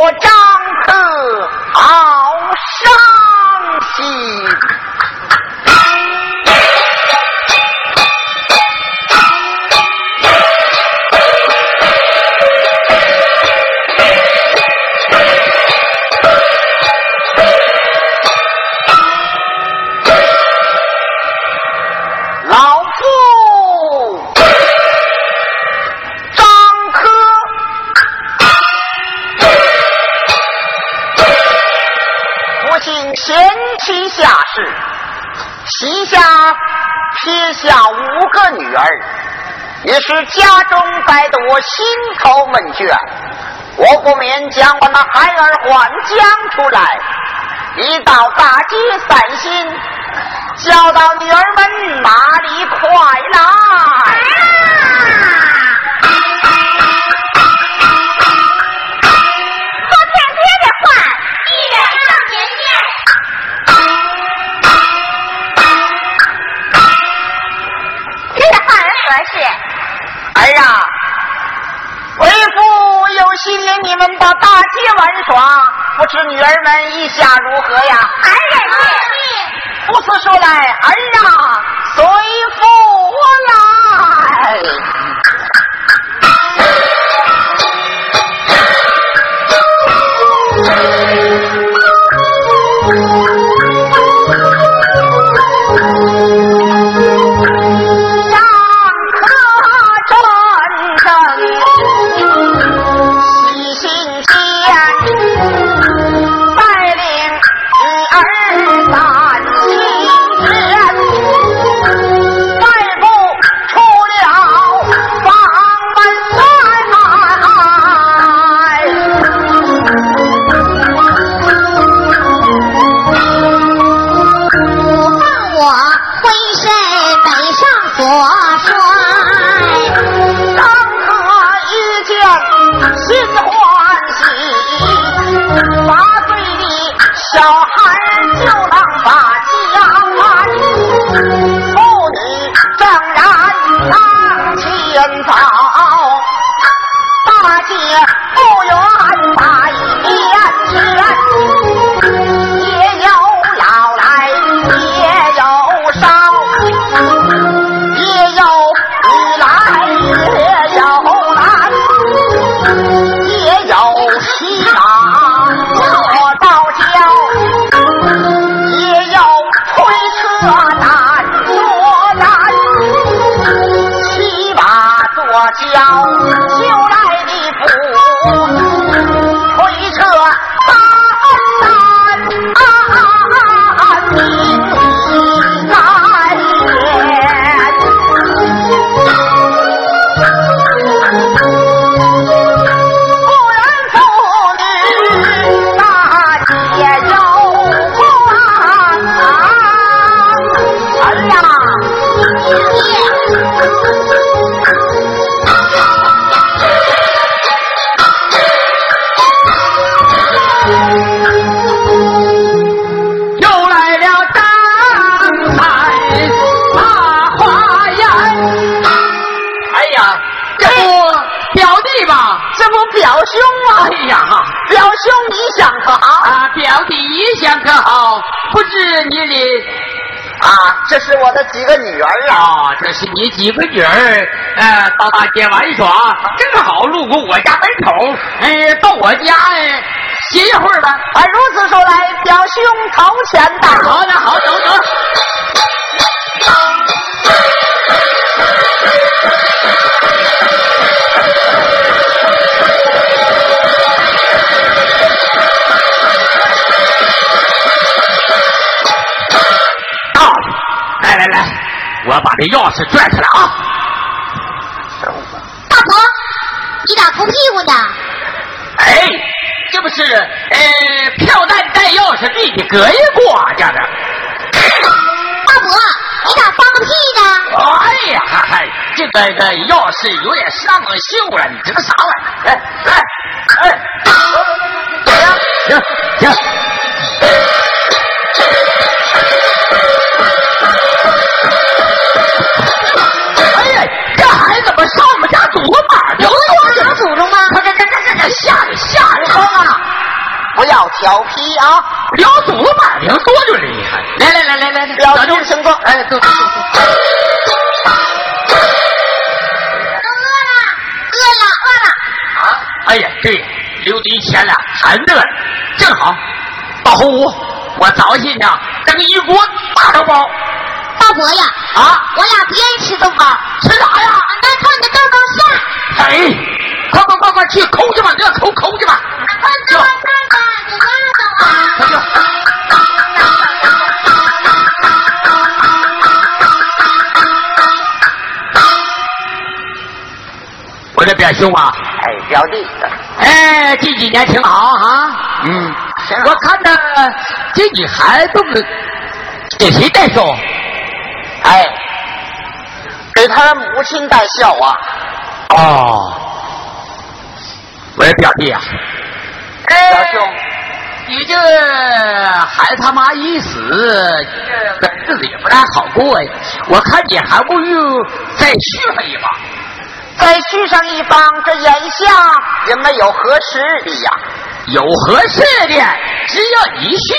我张克好伤心。老夫张科，不幸贤妻下世，膝下撇下五个女儿，也是家中待得我心头闷倦，我不免将我那孩儿还将出来，一道大街散心。叫到女儿们马里快来！说天天的话，一脸笑年年。您的话儿合适，儿啊，为父有心领你们到大街玩耍，不知女儿们意下如何呀？啊儿也是。不辞说来，儿啊，随父来。张科真正喜新鲜，带领女儿赶新田，迈步出了房门来。不放我回身北上左帅，张合一见心欢喜，八岁的小孩就能把家看，妇女正然当前走，大街不远百年前，也有老来也有少。也有女来，也有男，也有西郎莫道教，也有推车男做男，七把坐轿就来的不，推车八男啊，你来也。不然妇女大街有光儿呀，又来了张三大花眼。哎呀，这不表弟吧？这不表兄吗啊哎？呀，表兄，你想可好啊，表弟一想可好？不知你的啊？这是我的几个女儿啊！啊，这是你几个女儿，呃，到大街玩耍，正好路过我家门口，哎，到我家哎，歇一会儿吧。啊，如此说来，表兄头前到。好的，好，走走。到了，来来来，我把这钥匙拽出来啊！大婆，你咋哭屁股呢？哎，这不是呃，票蛋带钥匙，弟弟隔一挂家的。大伯，你咋放个屁呢？哎呀，嗨嗨，这个这个钥匙有点上了锈了，你知道啥玩意儿？哎哎哎，怎么样？行行。哎呀，这孩子怎么上不下祖宗马去了？有祖宗吗？快快快快快这吓人吓人风啊，不要调皮啊！聊祖马聊多就厉害。来来来来来来，老小钟舅情况，哎，走走走走。饿了，饿了。啊！哎呀，对，刘迪前俩馋着了，正好到后屋，我早起呢，整一锅大肉包大伯呀，啊！我俩不愿意吃豆包，吃啥呀？那看你的豆包馅。哎，快快快快去抠去吧，这抠抠去吧。快快快，你丫快去。我这表兄啊，哎，表弟，哎，这几年挺好啊，嗯，挺好我看着这女孩动不动给谁代售？哎，给他母亲带孝啊！哦，我说表弟啊，表兄，你这孩子他妈一死，这个日子也不太好过呀。我看你还不如再续上一把。再续上一帮，这眼下也没有合适的呀。有合适的，只要你去，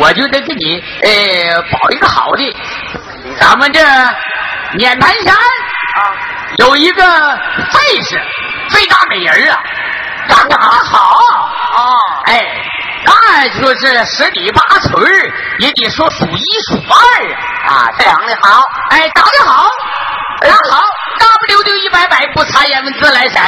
我就能给你呃保一个好的。咱们这撵南山有一个费氏费大美人啊，长得还好哦哎，那就是十里八村儿也得说数一数二啊，啊，长得好，哎，长得好，长得好，大不溜丢一摆摆，不擦烟文自来色。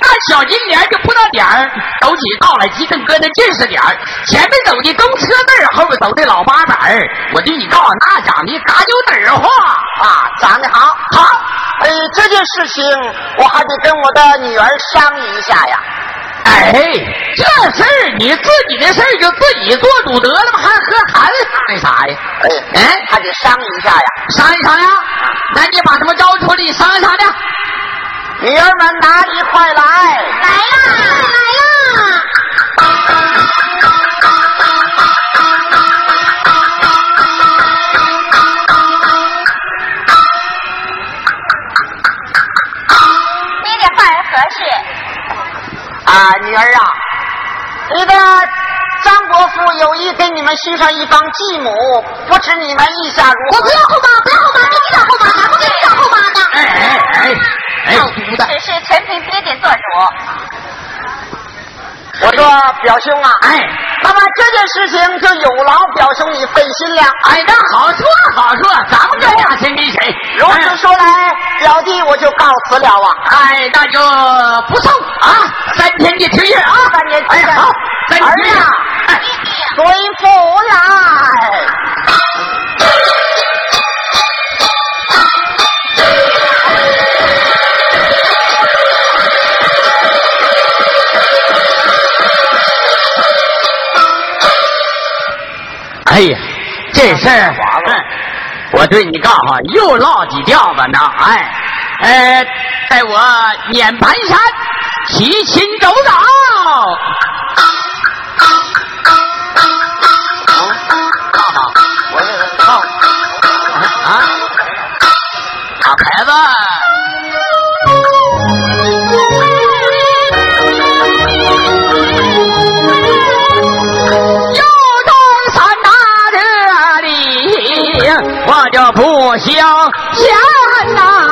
那小金莲就不到点儿，走起道来鸡正哥那劲儿是点儿。前面走的东车字儿，后面走的老八板儿。我就你告诉那长得嘎就嘚儿话啊，长得好。好，哎，这件事情我还得跟我的女儿商议一下呀。哎，这事儿你自己的事儿就自己做主得了吧，还和孩子商量啥呀？哎，哎还得商议一下呀。商量商量，那你把他们招出来商量商量。女儿们，哪里快来！来啦，来啦！那点话儿合适。啊，女儿啊，你的张伯父有意给你们续上一帮继母，不知你们意下如我何不？要后妈，不要后妈，给你找后妈的，不给你找后妈的。哎哎哎哎，犊只是全凭爹爹做主。我说表兄啊，哎。那么这件事情就有劳表兄你费心了。哎，那好说好说，咱们哥俩谁跟谁？如此说来，表弟我就告辞了啊。哎，那就不送啊，三天的停业啊，三天停哎业好，三天停业儿啊。哎随父来。哎呀，这事儿完了，我对你告诉啊，又落几吊子呢。哎，呃，带我撵盘山，提琴走走。我这哦啊，老牌子，要中山大这里，我就不消闲呐。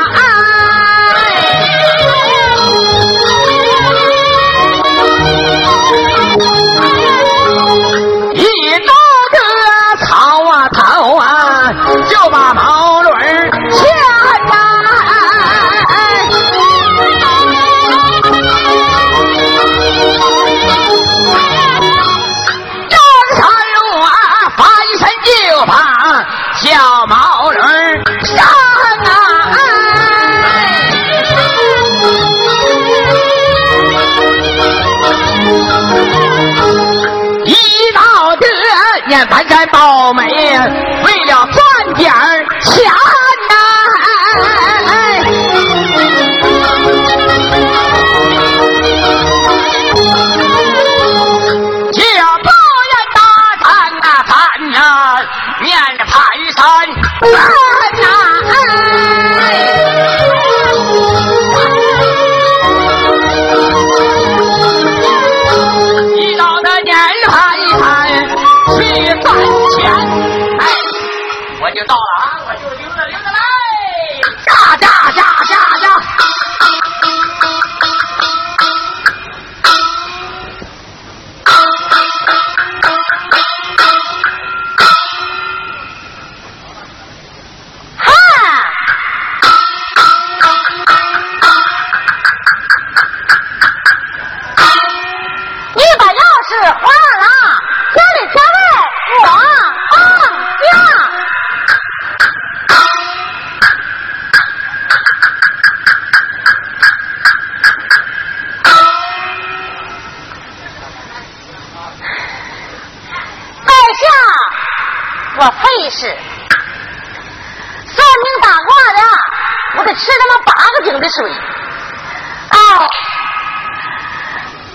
一高个草啊头啊，就把毛驴儿牵呐。张三我翻身就把小毛驴儿上啊！一到这年盘山貌美，为了赚点儿钱呐、就不愿大谈呐谈呐，面盘山难呐、 Thank you. 是花郎，家里家外我啊放假。在下我费事，算命打卦的，我得吃他妈八个井的水，哎。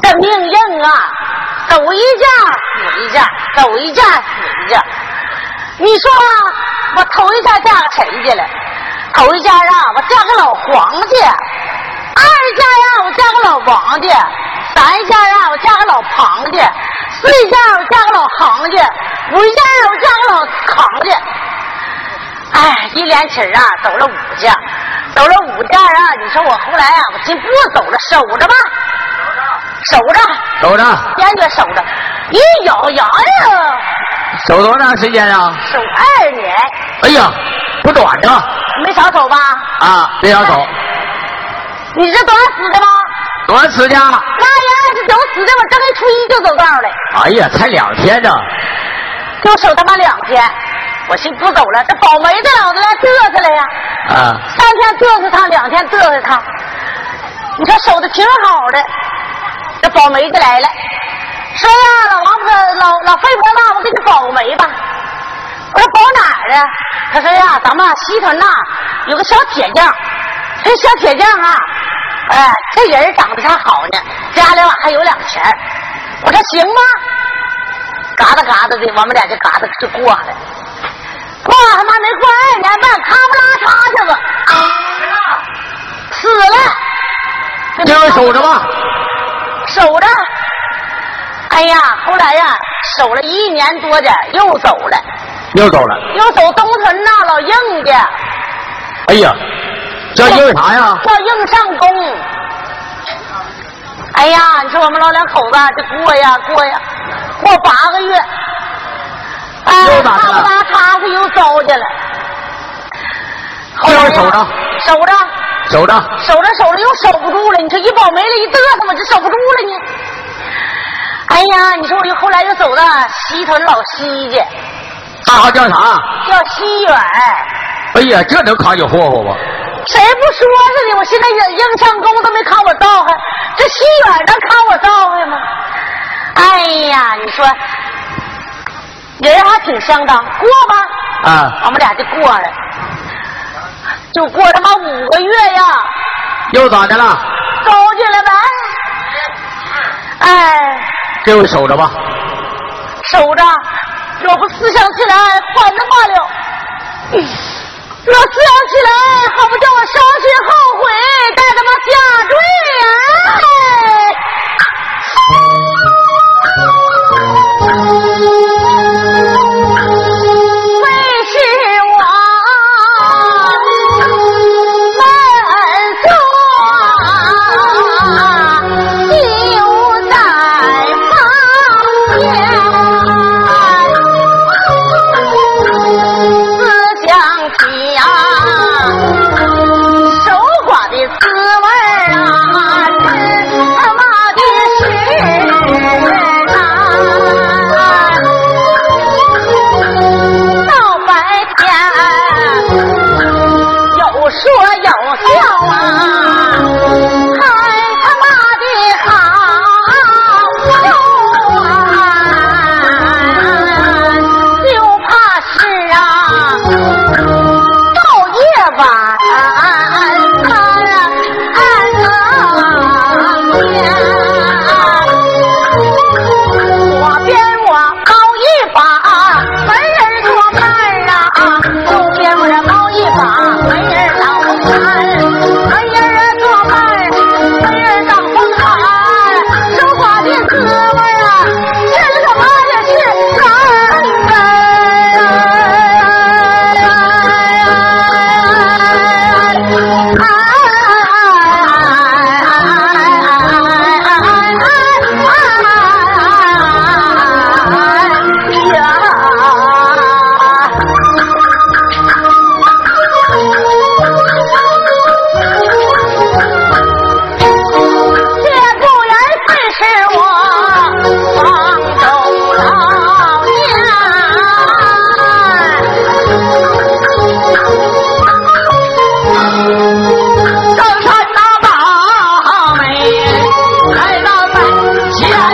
这命硬啊，走一架死一架，走一架死一架。 你说啊我头一下嫁个谁去了？头一家呀，我嫁个老黄去；二家呀，我嫁个老王去；三家呀，我嫁个老庞去；四家我嫁个老行去；五家我嫁个老扛去。哎，一连起儿啊，走了五家，走了五家啊！你说我后来啊，我进不走了，守着吧，守着，走着，坚决守着。一咬牙呀，走多长时间啊？守二年，哎呀，不短呢没少走吧？啊！别想走，你这多少死的吗？多少时间？那人二十九死的，我正月初一就走道了，哎呀，才两天呢，就守他妈两天。我寻不走了，这保媒的老子来嘚瑟了呀！啊，三天嘚瑟他，两天嘚瑟他，你说守的挺好的。这保媒的来了，说呀，老王婆，老老费婆妈，我给你保个媒吧。我说保哪儿啊？他说呀，咱们西屯呐有个小铁匠，这小铁匠啊，哎，这人长得还好呢，家里吧还有两钱儿。我说行吗？嘎达嘎达的，我们俩就嘎达就过了。过他妈没过二年半，咔不拉嚓去了，死了。今儿守着吧。守着。哎呀，后来呀，守了一年多的，又走了，又走了。又走东屯呐，老硬的，哎呀，这因为啥呀？要硬上弓。哎呀，你说我们老两口子这过呀过呀，过八个月，哎，又咋拉的了拉嚓嚓又糟去了。后又来呀守守着，着，守着。守着守着又守不住了，你说一保媒了，一嘚瑟，我就守不住了呢。哎呀，你说我又后来又走到西屯老西去，他好叫啥？叫西远，哎呀，这能扛起霍霍不？谁不说是呢？我现在也硬上弓都没扛我道行，这西远能扛我道行吗？哎呀，你说人还挺相当，过吧，啊，我们俩就过了，就过他妈五个月呀。又咋的了？走去了呗。哎，这回守着吧。守着，若不思想起来，还的话了。若思想起来，好不叫我伤心后悔，待他妈下坠呀、为是我们做，就在旁边，思想起呀，守寡的滋味啊，是他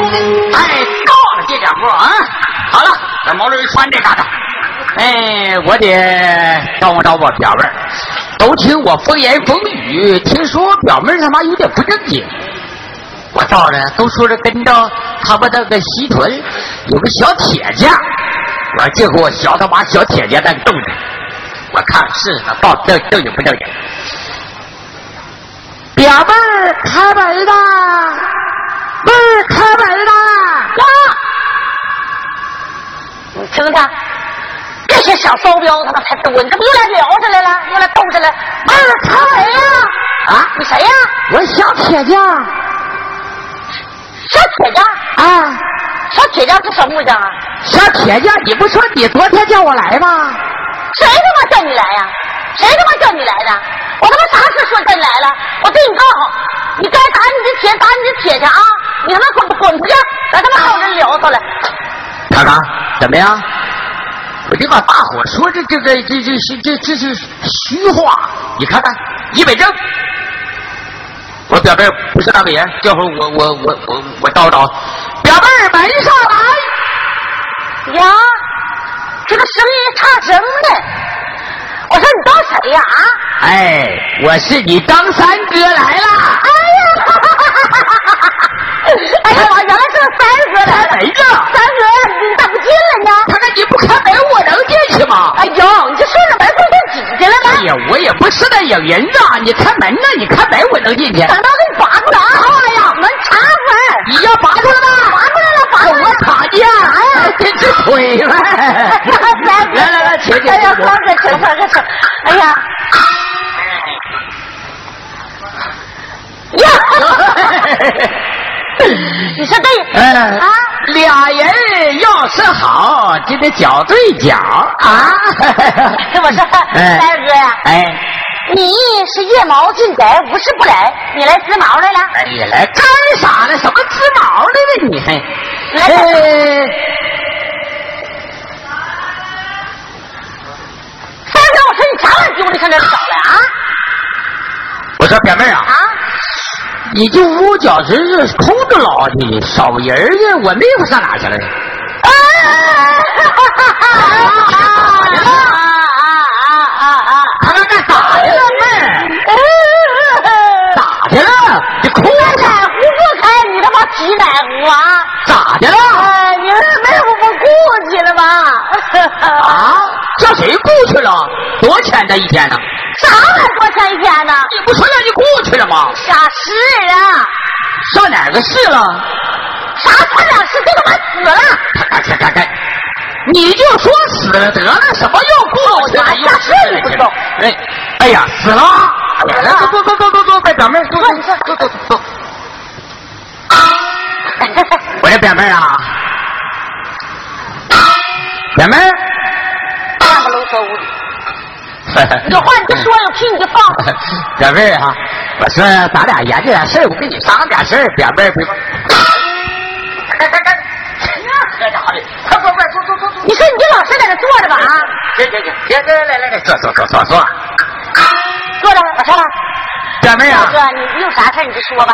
哎裤啊！好了，等毛主席穿这嘎达。哎，我得招呼招呼表妹儿，都听我风言风语，听说我表妹儿他妈有点不正经。我到了，都说是跟着他们那个西屯有个小铁匠，我就给我学他妈小铁匠那动静，我看是呢，到底正正经不正经？表妹儿开门啦！妹儿开门啦！你听听，这些小骚彪他妈才多，你怎么又来聊起来了，又来斗起来？妹儿，开门呀！啊，你谁呀？我小铁匠，小铁匠啊，小铁匠是什么匠啊？小铁匠，你不说你昨天叫我来吗？谁他妈叫你来呀、谁他妈叫你来的？我他妈啥时候说叫你来了？我对你告诉你，你该打你的铁打你的铁去啊！你他妈滚滚出去！咱他妈还有人聊骚了。看看怎么样？我就把大伙说这这个这这这这这是虚话，你看看一百正。我表妹不是那个人，这会儿我我我我我叨叨，表妹儿门上来，呀，这个声音差什么呢？我说你当谁呀啊？哎，我是你张三哥来啦。哎呀， 哈哈哈哈哈哈哎呀妈，原来是三哥来了！谁呀三哥，你咋不进来呢？他看你不开门，我能进去吗？哎呦，你这顺着门缝都挤进来哎了，呀，我也不是那影人啊！你开门呐，你开门我能进去。等到给你拔出来啊！哎呀，门插门，你要拔出来吗？拔出来了，拔出来哎我了！卡你啊！哎呀这这腿 了！ 来来来，请请。啊哎呀，请三哥，请三哥，请！哎呀，呀， 你说对哎啊？俩人要是好，就得脚对脚啊！ 我说哎三哥呀哎你是夜猫进宅，无事不来，你来织毛来了？哎，你来干啥呢？什么织毛来了你还？来来哎，三哥，我说你啥玩意儿丢的上这找来啊？我说表妹儿啊啊，你就捂脚趾是空着老你少人儿呢，我妹夫上哪去了呢？啊！啊啊啊啊啊！他那干啥去了妹儿？咋去了？你哭我奶壶不开，你他妈挤奶壶啊！咋的了？哎，你是妹夫不顾忌了吧？啊？叫谁雇去了？多少钱呢？一天呢？啥玩意儿多钱一天呢？你不说让你雇去了吗？啥事啊？上哪个市了？啥他俩是都他妈死了！看看看看看，你就说死了得了，什么又雇去了？哦又是不知了道？哎，哎呀，死了！哎呀来来，坐坐坐坐坐，快表妹儿，坐坐坐坐坐 坐。我这表妹儿啊，表妹儿，半个楼阁无理， 有话你就说，有屁你就放。表妹儿啊，我说咱俩研究点事儿，我跟你商量点事儿，表妹儿别。快快快！这家伙的，快快快，坐坐坐坐。你说你就老实在这坐着吧啊，行行行，别别来来来，坐坐坐坐坐。坐着，我说了，表妹大啊，哥，你有啥事儿你就说吧。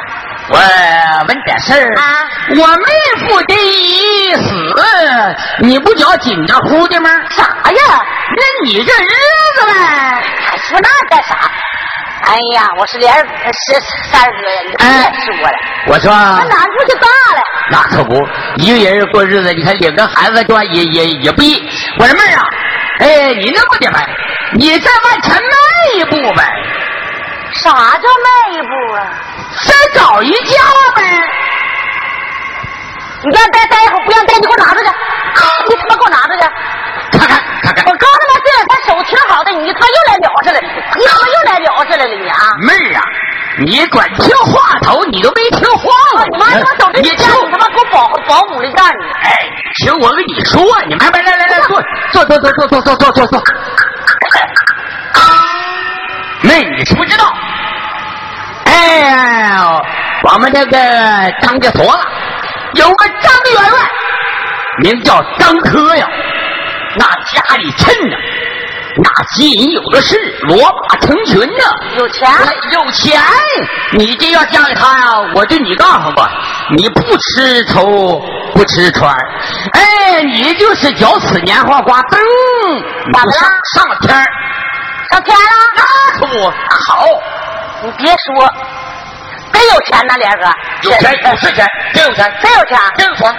我问点事儿。啊我妹夫这一死，啊你不觉紧张乎的吗？啥呀？那你这日子呗。还说那干啥？哎呀，我是连是三哥呀，你哎别说了，我说，那难处就大了。那可不，一个人过日子，你看领个孩子吧，也也也不易。我说妹儿啊，哎，你那么的呗，你再往前迈一步呗，啥叫迈一步啊？再找一家呗。你让待待一会儿，不让待你给我拿出去！啊你他妈给我拿出去！看看看看我，刚他妈这两天手挺好的，你他妈又来撩上来了，你他妈又来撩上来了，你啊！妹儿啊，你管听话头，你都没听话哦了。你妈他妈走这你家，听你他妈给我保保姆的干你！哎，听我跟你说，你们来来来来坐坐坐坐坐坐坐坐坐坐。妹，你是不知道，哎呀，我们这个张家坨子有个张员外，名叫张科呀，那家里趁着。那金银有的是，罗马成群呢。有钱哎有钱，你这要嫁给他呀、我对你告诉吧，你不吃愁，不不吃穿。哎，你就是脚齿年花瓜，噔，你咋的就上了上天儿，上天了？那可不好，你别说，真有钱呐，莲哥，有钱有是钱，真有钱，真有钱。真有钱。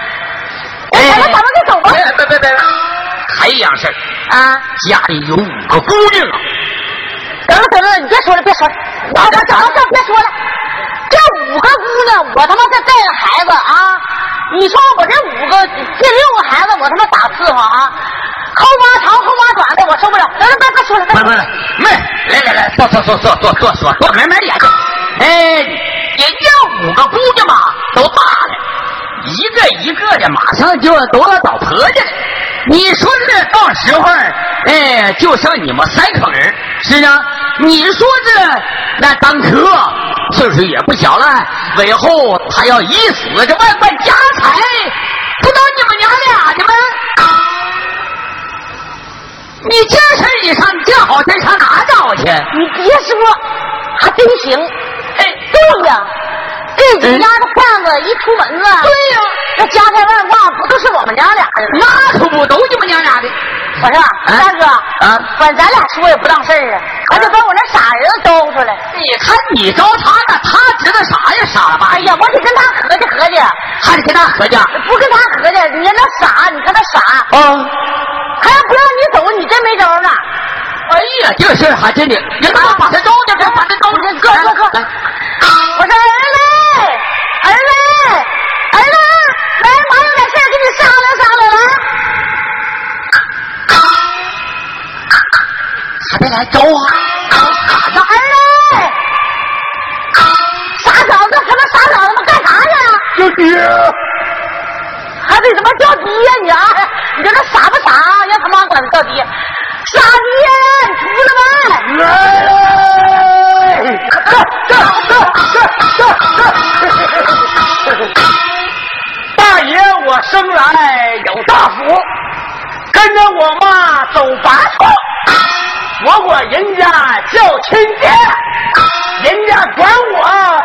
哎咱们咱们就走吧哎别别别，还一样事儿啊，家里有五个姑娘啊。得了得了，你别说了，别说了，我我讲到这别说了。这五个姑娘，我他妈再带个孩子啊！你说我这五个这六个孩子，我他妈打伺候啊！抠八长抠八短的，我受不了。得了，别别说了，别 不说是不了是，妹，来来来，坐坐坐坐坐坐坐坐，慢慢点。哎，人家五个姑娘吧，都大了，一个一个的，马上就都要找婆家了。你说这到时候，哎，就剩你们三口人，是啊。你说这那当科岁数也不小了，为后还要以死这万贯家财，不都你们娘俩的吗？你这事儿你上你这好事儿上哪找去？你别说，还真行。哎，嗯对呀，这几家的贩子一出门啊，对呀、那家财万贯不都是我们娘俩的吗？那可不都你们娘俩的。我说大哥，啊管咱俩说也不当事儿啊，咱就把我那傻儿子兜出来。你看你招他呢，他知道啥呀？傻了吧哎唧，呀，我得跟他合计合计，还得跟他合计。不跟他合计，你看他傻，你看他傻，啊，他要不让你走，你真没招了。哎呀，这事儿还真的，人家把他招的，啊人把他招的，哥哥哥，来，我说儿子，儿子，儿子，来，妈有点事儿跟你商量商量啊。还得来招啊？我说儿子，傻哎小子，他妈傻小子，他妈干啥去？就啊爹，还得他妈叫爹呀你啊！你说这傻不傻啊？让他妈管他叫爹，傻爹，你出来吧！来，这这这这这这，大爷，我生来有大福，跟着我妈走八趟，我管人家叫亲爹，人家管我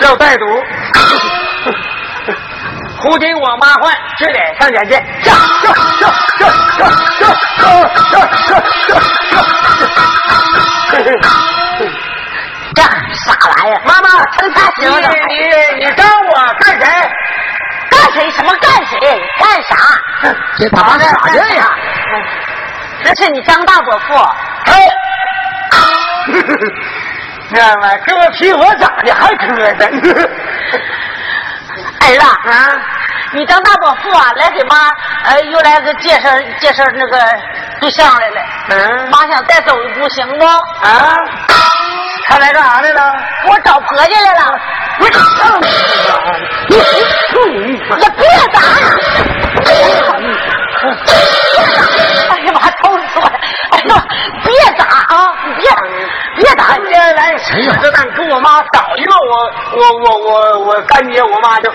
叫带毒。胡金我妈换，去得上前去。这这这这这这这这这这这。这傻玩意儿，妈妈，成啥你形了？你你干我干谁？干谁什么干谁？干啥？这他妈傻干这啥呀？？那是你张大伯父，嘿， 那么这比我长得还磕碜。儿子啊，你张大伯父啊，来给妈呃又来个介绍介绍那个对象来了。嗯妈想再走一步行不？啊，他来干啥来了？我找婆家来了。我操你妈！也别打！ 哎呀妈，抽死我了！哎呀妈，别打啊！你别打，嗯别打！干爹来，这蛋跟我妈找一个我我我我我干爹我妈就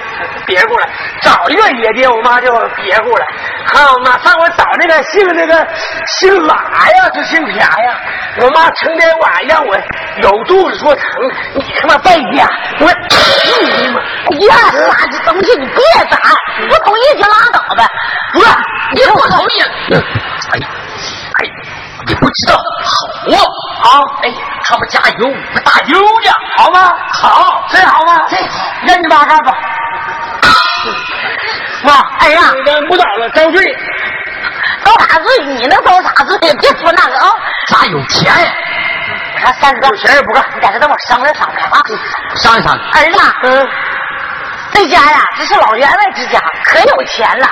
别过来，找一个野爹我妈就别过来，还有马上我找那个姓那个姓马呀，就姓啥呀？我妈成天晚让我有肚子说疼，你他妈败家！ 我去你妈！哎呀，傻子东西，你别打！你不同意就拉倒呗。不是，你不同意。哎呀，哎，你不知道好啊啊！哎，他们家有五个大优呢，好吗？好，这好吗？这让你妈干吧。妈，哎呀，你们不倒了，遭罪。遭啥罪？你能遭啥罪？别说那个啊！咱有钱，我说三哥，有钱也不干你在这等我商量商量啊！嗯商量商量。儿子，嗯，这家呀，这是老员外之家，可有钱了。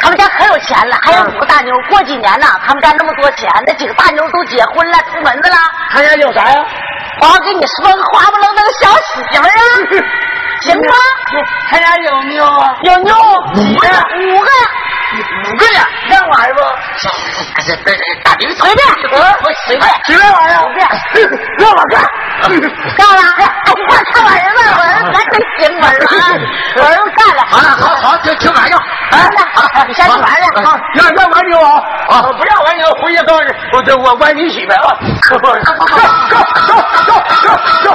他们家可有钱了，还有嗯五个大妞。过几年呢，他们家那么多钱，那几个大妞都结婚了，出门子了。他家有啥呀？我要给你说个花不愣登小媳妇儿啊，行吗？他家有妞啊？有妞五个五个，五个呀，让玩不？这这大明随便，我随便，随便玩呀，让我干。干了。哎呀，看我儿子，我儿子咱真行，我儿子啊，我儿子干了。好了，好好听听玩意儿，哎你先去玩去啊，哎让让玩牛啊！啊，不让玩牛，回去告诉我，这我歪你媳妇啊！go go go go go go！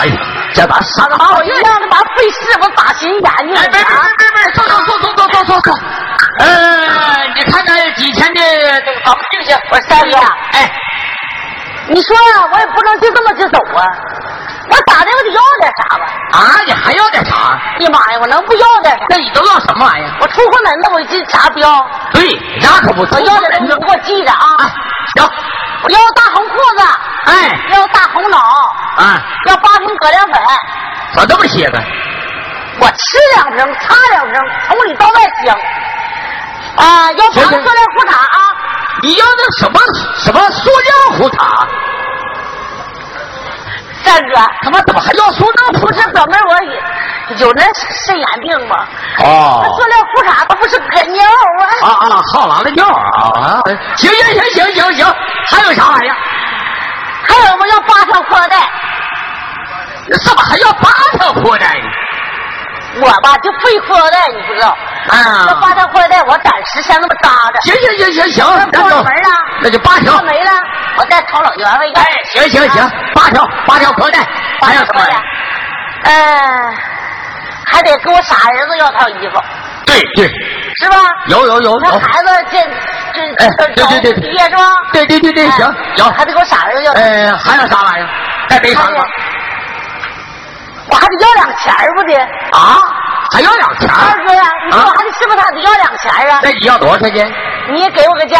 哎呀，这把伤好我又让他妈费事，我打心眼哎，呢。别别别别别，坐坐坐坐坐坐坐坐。呃，你看看几天的这个房定去，我三哥哎，你说呀、我也不能就这么就走啊，我咋的，我得要点啥吧？啊，你还要点啥？哎呀妈呀，我能不要点啥？那你都要什么玩意儿？我出过门子，我这啥不要？对，那可不我要点东西，人你给我记着啊！啊，行，我要大红裤子，哎，要大红袄，啊，要八瓶葛亮粉，咋这么些个？我吃两瓶，擦两瓶，从里到外香。啊、要行长行塑料裤衩啊，你要那什么什么塑料壶塔？三哥，他妈怎么还要塑料不壶是哥们儿，我也有那肾眼病吗？那哦塑料裤衩它不是搁尿啊啊？啊，好狼的尿啊啊！行行行行行行，还有啥玩意儿？还有我要八条裤腰带，怎么还要八条裤带呢？我吧就废裤腰带，你不知道。这啊，八条裤腰带我暂时先那么扎着，行行行行行，过了门啊了，那就八条过。没了，我再炒老员外一个啊哎。，行行行，八条八条裤带，还有什么玩意儿？呃，还得给我傻儿子要套衣服，对对，是吧？有有有我看有。孩子这这哎这对对对毕业是吧？对对对对，哎行有。还得给我傻儿子要，呃，还有啥玩意儿？再没啥还得了我还得要两钱儿不得？啊？还要两钱儿？二哥呀，你说我啊还得是不是还得要两钱儿啊？那你要多少块钱？你也给我个价，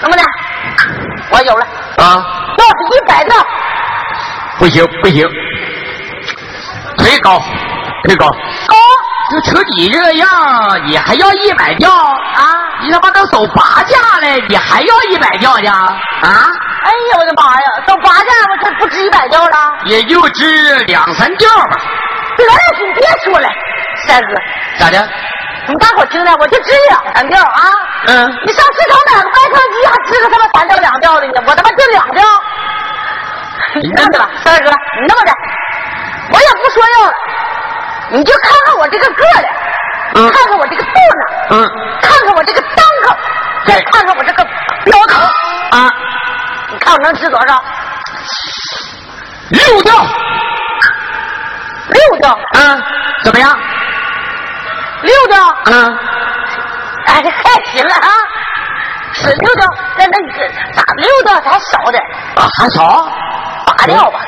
能不能？我有了，啊，要是一百套，不行不行，忒高，忉高。高就瞅你这样，你还要一百吊？啊！你他妈都走八架了，你还要一百吊去啊？哎呀，我的妈呀，都八价我这不值一百吊了。也就值两三吊吧。得了，你别说了，三哥，咋的？你大伙听着，我就知两三吊啊！嗯，你上市场买个麦克鸡，还知道他妈三吊两吊的呢？我他妈就两吊。你这么着吧，三哥，你那么着，我也不说要了，你就看看我这个个儿嗯看看我这个肚腩，嗯，看看我这个裆口，再看看我这个标头，啊，你看我能值多少？六吊。六吊，嗯，怎么样？六吊。嗯，哎，行了啊，是六吊，那那那咋六吊咱少点儿，啊，还少？拔嗯掉吧。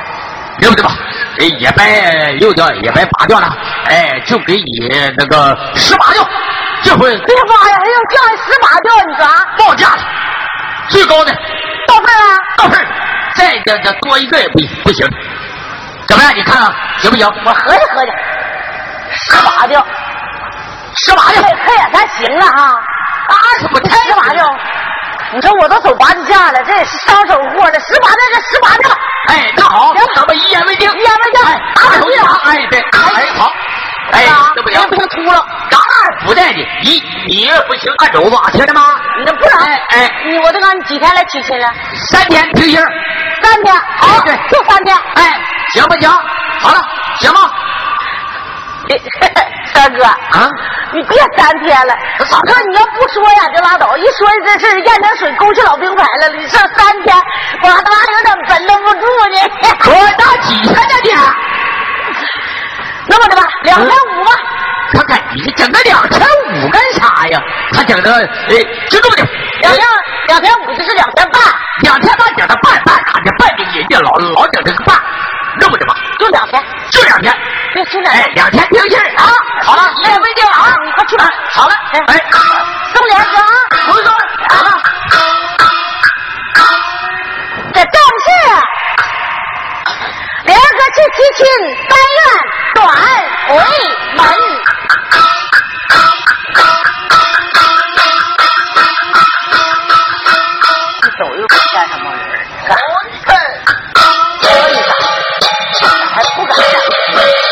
对不对吧？哎，也别六吊，也别八吊了，哎，就给你那个十八吊，这回哎呀妈呀，还要降十八吊，你说啊？报价了，最高的到份儿了，到份儿，再这这多一个也不不行，怎么样？你看看行不行？我合计合计，啊十八吊，十八这吊，这也算行了哈。那是不太十八吊，你说我都走八字架了，这也是商手货了，十八吊这十八吊，哎，那好，咱们一言为定，一言为定哎，打手一行，哎，对，哎，好，哎是吧，这不行，不行秃了，咱二不带你，你你不行，按肘子，听着吗？你这不能。哎哎，你我都让你几天来娶亲了？三天停薪儿。三天，好，对就三天。哎，行不行？好了，行吗？三哥，啊，你别三天了，咋的哥，你要不说呀就拉倒，一说这事儿咽点水勾起老兵牌了。你上三天，我他妈有点绷得不住呢。我那几天呢你？ 那么的吧，两千五吧，看看你整个两千五干啥呀？他整的，哎，就这么的，两千两千五就是两千半，两千半整的半半卡的半给人家老老整这个半，那么的吧，就两千，就两天，就就两哎，千。两天听信儿啊。好了，哎，未定了啊，你快去吧。好了，哎，送两个啊，不是说好了，这正是。联合去提亲，但愿短回门。走又不见什么人，敢干？可以敢？还不敢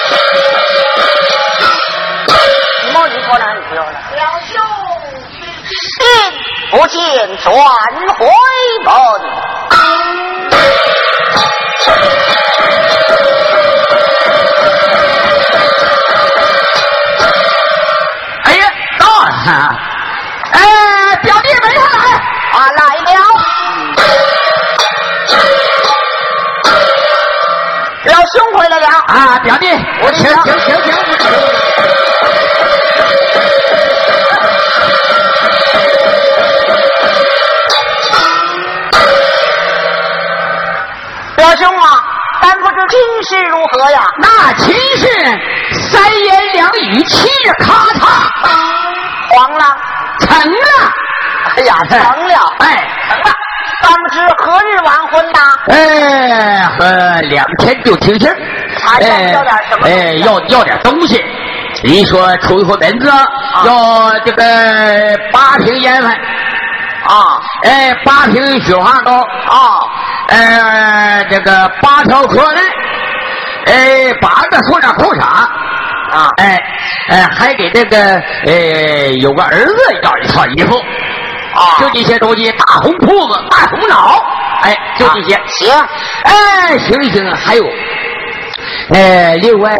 干？你冒金光哪里不要了？信不见转回门。哎呀，到了，啊哎，表弟没上来。啊，来了。兄回来了啊！啊，表弟，我的请娘请请请，表兄啊，咱不知今事如何呀？那秦氏三言两语，嘁着咔啊嚓，黄了，成了。哎呀，成了，哎成了。咱不知何日完婚呐？哎，和两天就停薪儿。还要哎啊要点什么哎，要要点东西。你说出一回门子，要这个八瓶烟粉，啊哎，八瓶雪花膏，啊，呃，这个八条可乐，哎，八个塑料裤衩，啊，哎，哎，还给这个呃有个儿子要一套衣服，啊就这些东西，大红裤子，大红袄，哎，就这些，行，哎，行行，还有，哎，另外，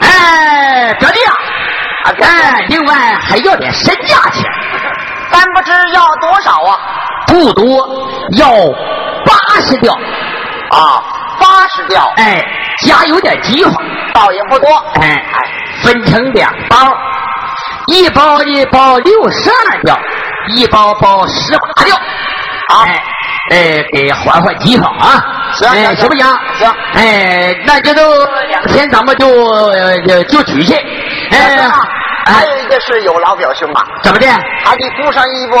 哎，表弟啊，哎，另外还要点身价钱， 咱不知要多少啊？不多，要八十吊，啊，八十吊，哎，家有点饥荒，倒也不多。哎，分成两包，一包一包六十二吊，一包包十八吊。好哎，哎，给缓缓饥荒啊！行哎行行不行？行哎，那就都两天，咱们就呃就就举去。哎表兄啊，还哎，有一个是有劳表兄啊，怎么的？还得雇上一波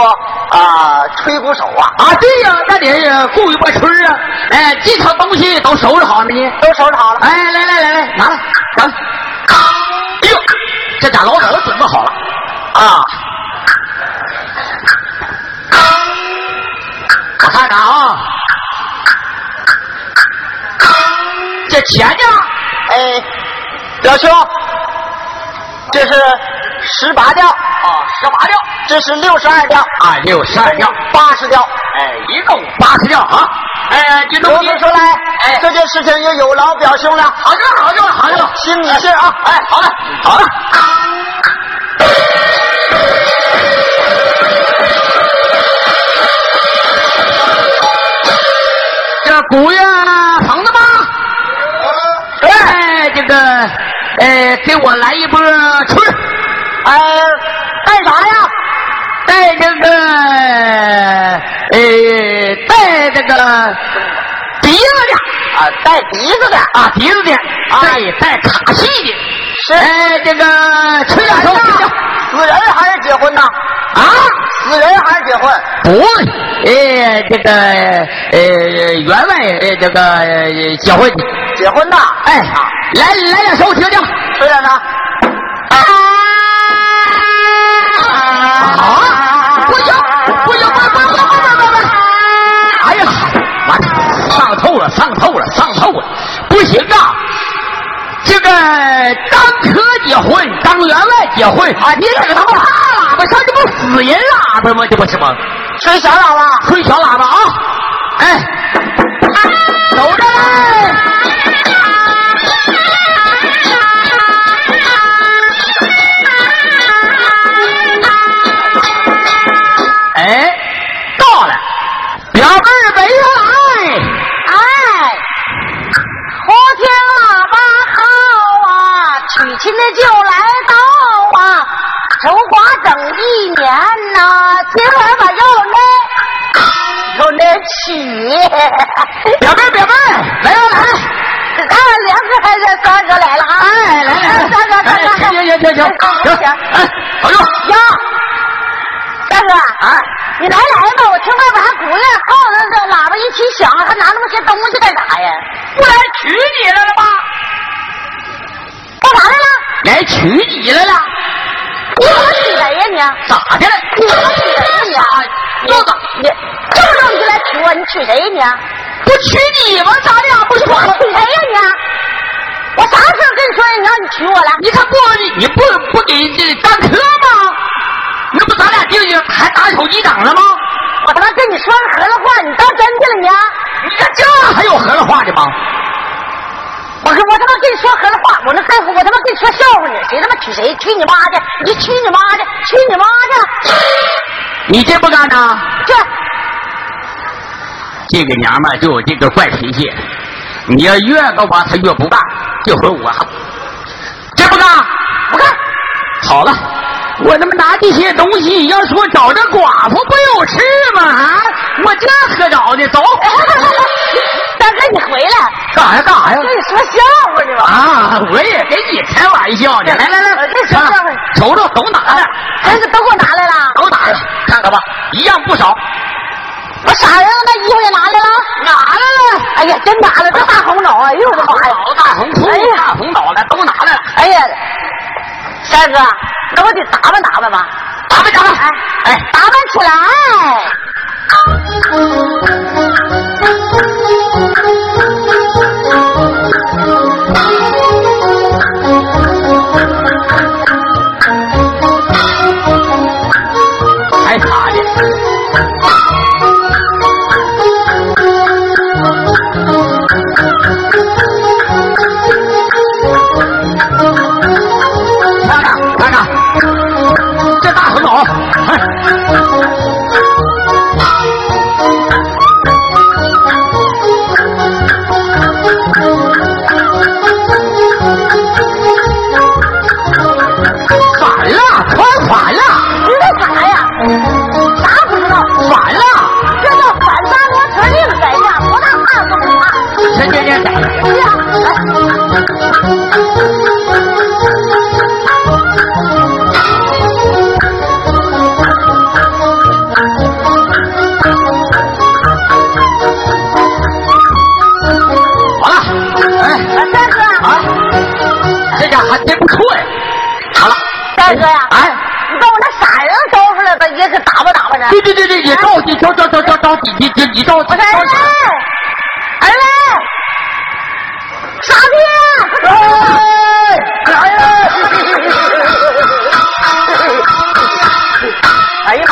啊吹鼓手啊，啊，对呀、那得呃雇一波春儿啊！哎，这套东西都收拾好了没？都收拾好了。哎，来来来来，拿来，拿来。哎呦，这家老早都准备好了啊！我看看啊，这钱呢？哎，表兄，这是十八吊，哦，十八吊，这是六十二吊，啊，六十二吊，八十吊。哎，一共八十吊啊！哎，这由东西此说来，哎这件事情也有劳表兄了。好就好就好就好。心里是啊，哎，好嘞，好嘞。这古月房子吧，哎，这个，哎，给我来一波春，哎，干啥呀？带这个，哎，带这个鼻子的啊，带鼻子的，啊，鼻子的，带带卡戏的，是哎，这个吹两首，吹两死人还是结婚呐？啊。死人还是结婚？不，呃，这个呃，员外呃，这个呃结婚，结婚呐？哎，来来两首听听。虽然呢，啊，不行，不行，不不不不不不不！哎呀，完了，上透了，上透了，上透了，不行啊！这个当科结婚，当员外结婚啊！你这个他妈大喇叭上，这不死人喇叭吗？这不是吗？吹小喇叭，吹小喇叭啊！哎，走着嘞！哎，到了，表妹儿没来。哎，胡听喇叭号啊，娶亲的就来到啊，守寡整一年呐、今儿把又呢又呢娶，表妹儿，表妹儿，来来来。只看梁哥还是三哥来了啊！哎，来来来，三哥，三哥，行行行行行行，哎，保重。呀，大哥，啊，你来来吧，我听外边还鼓乐，号子这喇叭一起响，还拿那么些东西干啥呀？不来娶你来了吗？干啥来了？来娶你来了，你怎么娶谁呀你？咋的了？你怎么娶谁呀又咋？你？你就是让你来娶我，你娶谁呀你？不娶你吗？咱俩不是我娶谁呀你？啊我啥时候跟你说你让你娶我了？你看不，你不不给这干科吗？那不咱俩定下还打手机党了吗？我他妈跟你说个合了话，你当真去了你啊？你看这还有合了话的吗？我说我他妈跟你说合了话，我那还我他妈跟你说笑话呢，谁他妈娶谁？娶你妈去！你去娶你妈去！娶你妈去！你这不干呐？这这个娘们儿就有这个怪脾气，你要越个吧，她越不干，这回我这不干不干，好了。我他妈拿这些东西，要说找这寡妇不有事吗？啊，我这可找的，走。 大哥，你回来，干啥呀？哎干啥呀 跟？你说笑话呢吧？啊，我也跟你开玩笑呢。来来来，我哎这什么看笑话瞅瞅，都拿来，哎，这都给我拿来了，都拿来，看看吧，一样不少。哎我傻人那衣服也拿来了，拿来了。哎呀，真拿来了，这大红袄，哎呦我的妈呀！老大红裤哎呀，大红脑袋都拿来了，哎呀，三哥，那我得打扮打扮吧，打扮打扮。哎，打扮起来。啊还卡呢。看看看看，这大红袄，哎反了，穿反了，你在干啥呀？啥不知道？反了，这叫反杀罗成另宰相，多大汉子不怕？哎这这这咋了？对呀，来，好了，哎，三哥，啊，这家还真不错呀。好了，三哥呀，哎，你把我那傻人招出来吧，也给打扮打扮去。对对对对，也着急，着着着着着急，你你你着急我说儿着急子，。儿子，哎傻逼啊！ 来了！哎呀妈呀！哎呀，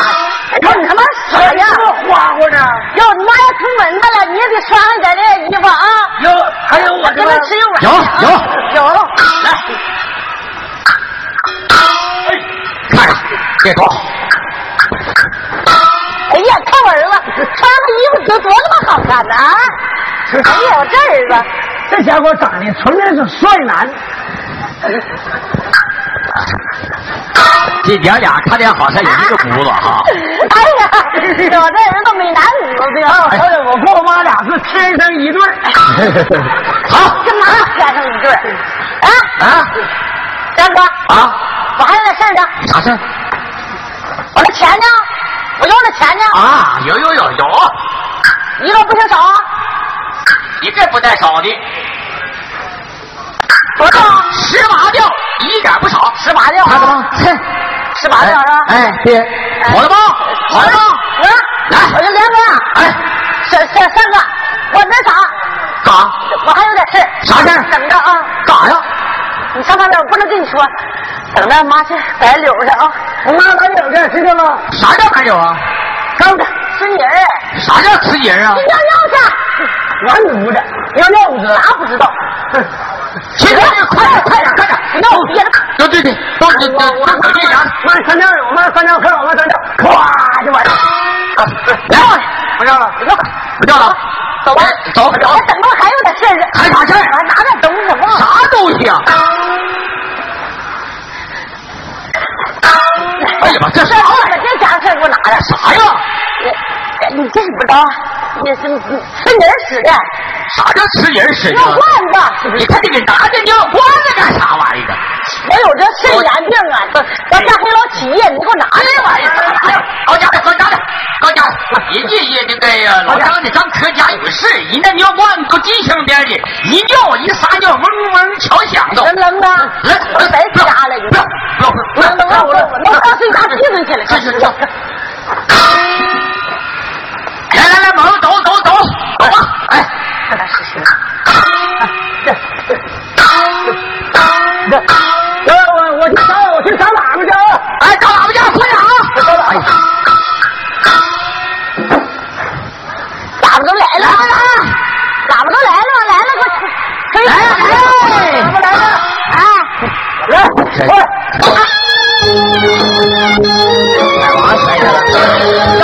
你他妈傻呀！花花呢？哟，你妈要出门的了，你也得穿上点这衣服啊！有，还有我跟他吃一碗。有有，有看看这多好，哎呀，看我儿子穿个衣服多多他妈好看呐！啊！哎呀，我这儿子， 这家伙长得纯粹是帅男，这娘俩看见好像有一个轱辘 哈。哎呀，我这儿子美男子对吧？哎呀，我跟我妈俩是天生一对哎好这哪天上一对儿啊？啊三哥，啊，我还有点事儿呢，啥事儿我那钱呢？我要那钱呢？啊？有有有有，一个不嫌少啊，一个不带少的，多少啊？十八吊，一点不少，十八吊看到啊吗？？切，十八吊是吧？哎，对，好了吗？好了吗？啊，我说梁哥啊，哎，三三三哥，我那啥，干我还有点事。啥事儿等着啊，干呀？你上旁边，我不能跟你说。等着妈去摆柳去啊，我妈咱有这知道吗？啥叫白酒啊？刚的吃泥儿，啥叫吃人尿啊？尿去。完犊子，尿尿你啥不知道？去去哎去，快点快点快点！那我憋着。对对对，到这哎这我这啥？妈三两有，妈三两喝，妈三两，咵就完了。哎来，不要了，不叫了，哎走吧，哎走走我等着，我还有点事儿呢。还啥事我还儿？拿点东西忘了。啥东西啊？哎呀妈，这这啥玩这意儿？这家伙事儿给我拿着。啥呀？哎你这你不知道啊？你是你是泥儿使的，啥叫吃人使尿的？罐子。你看这个拿着尿罐子干啥玩意儿啊？我有这肾炎病啊，都咱家黑老起呀，你给我拿哎来呀吧。妈呀！ 高家的，高家的，高家的，人家也那个呀，老张的张科家有事，人家尿罐子都金镶边的，一尿一撒尿，嗡嗡敲响都。人扔啊，来，我白瞎了，不要不要我不要！等我了，我到睡大气里去了。这是这。来来来，朋友，走走走，走吧！哎，我我我去打我去打喇叭去啊！哎，找喇叭去，快点啊！哎呀，喇叭都来了，喇叭都来了，来了，给我吹来了来了喇叭来了，哎，来，快，干嘛摔下来？走！啊！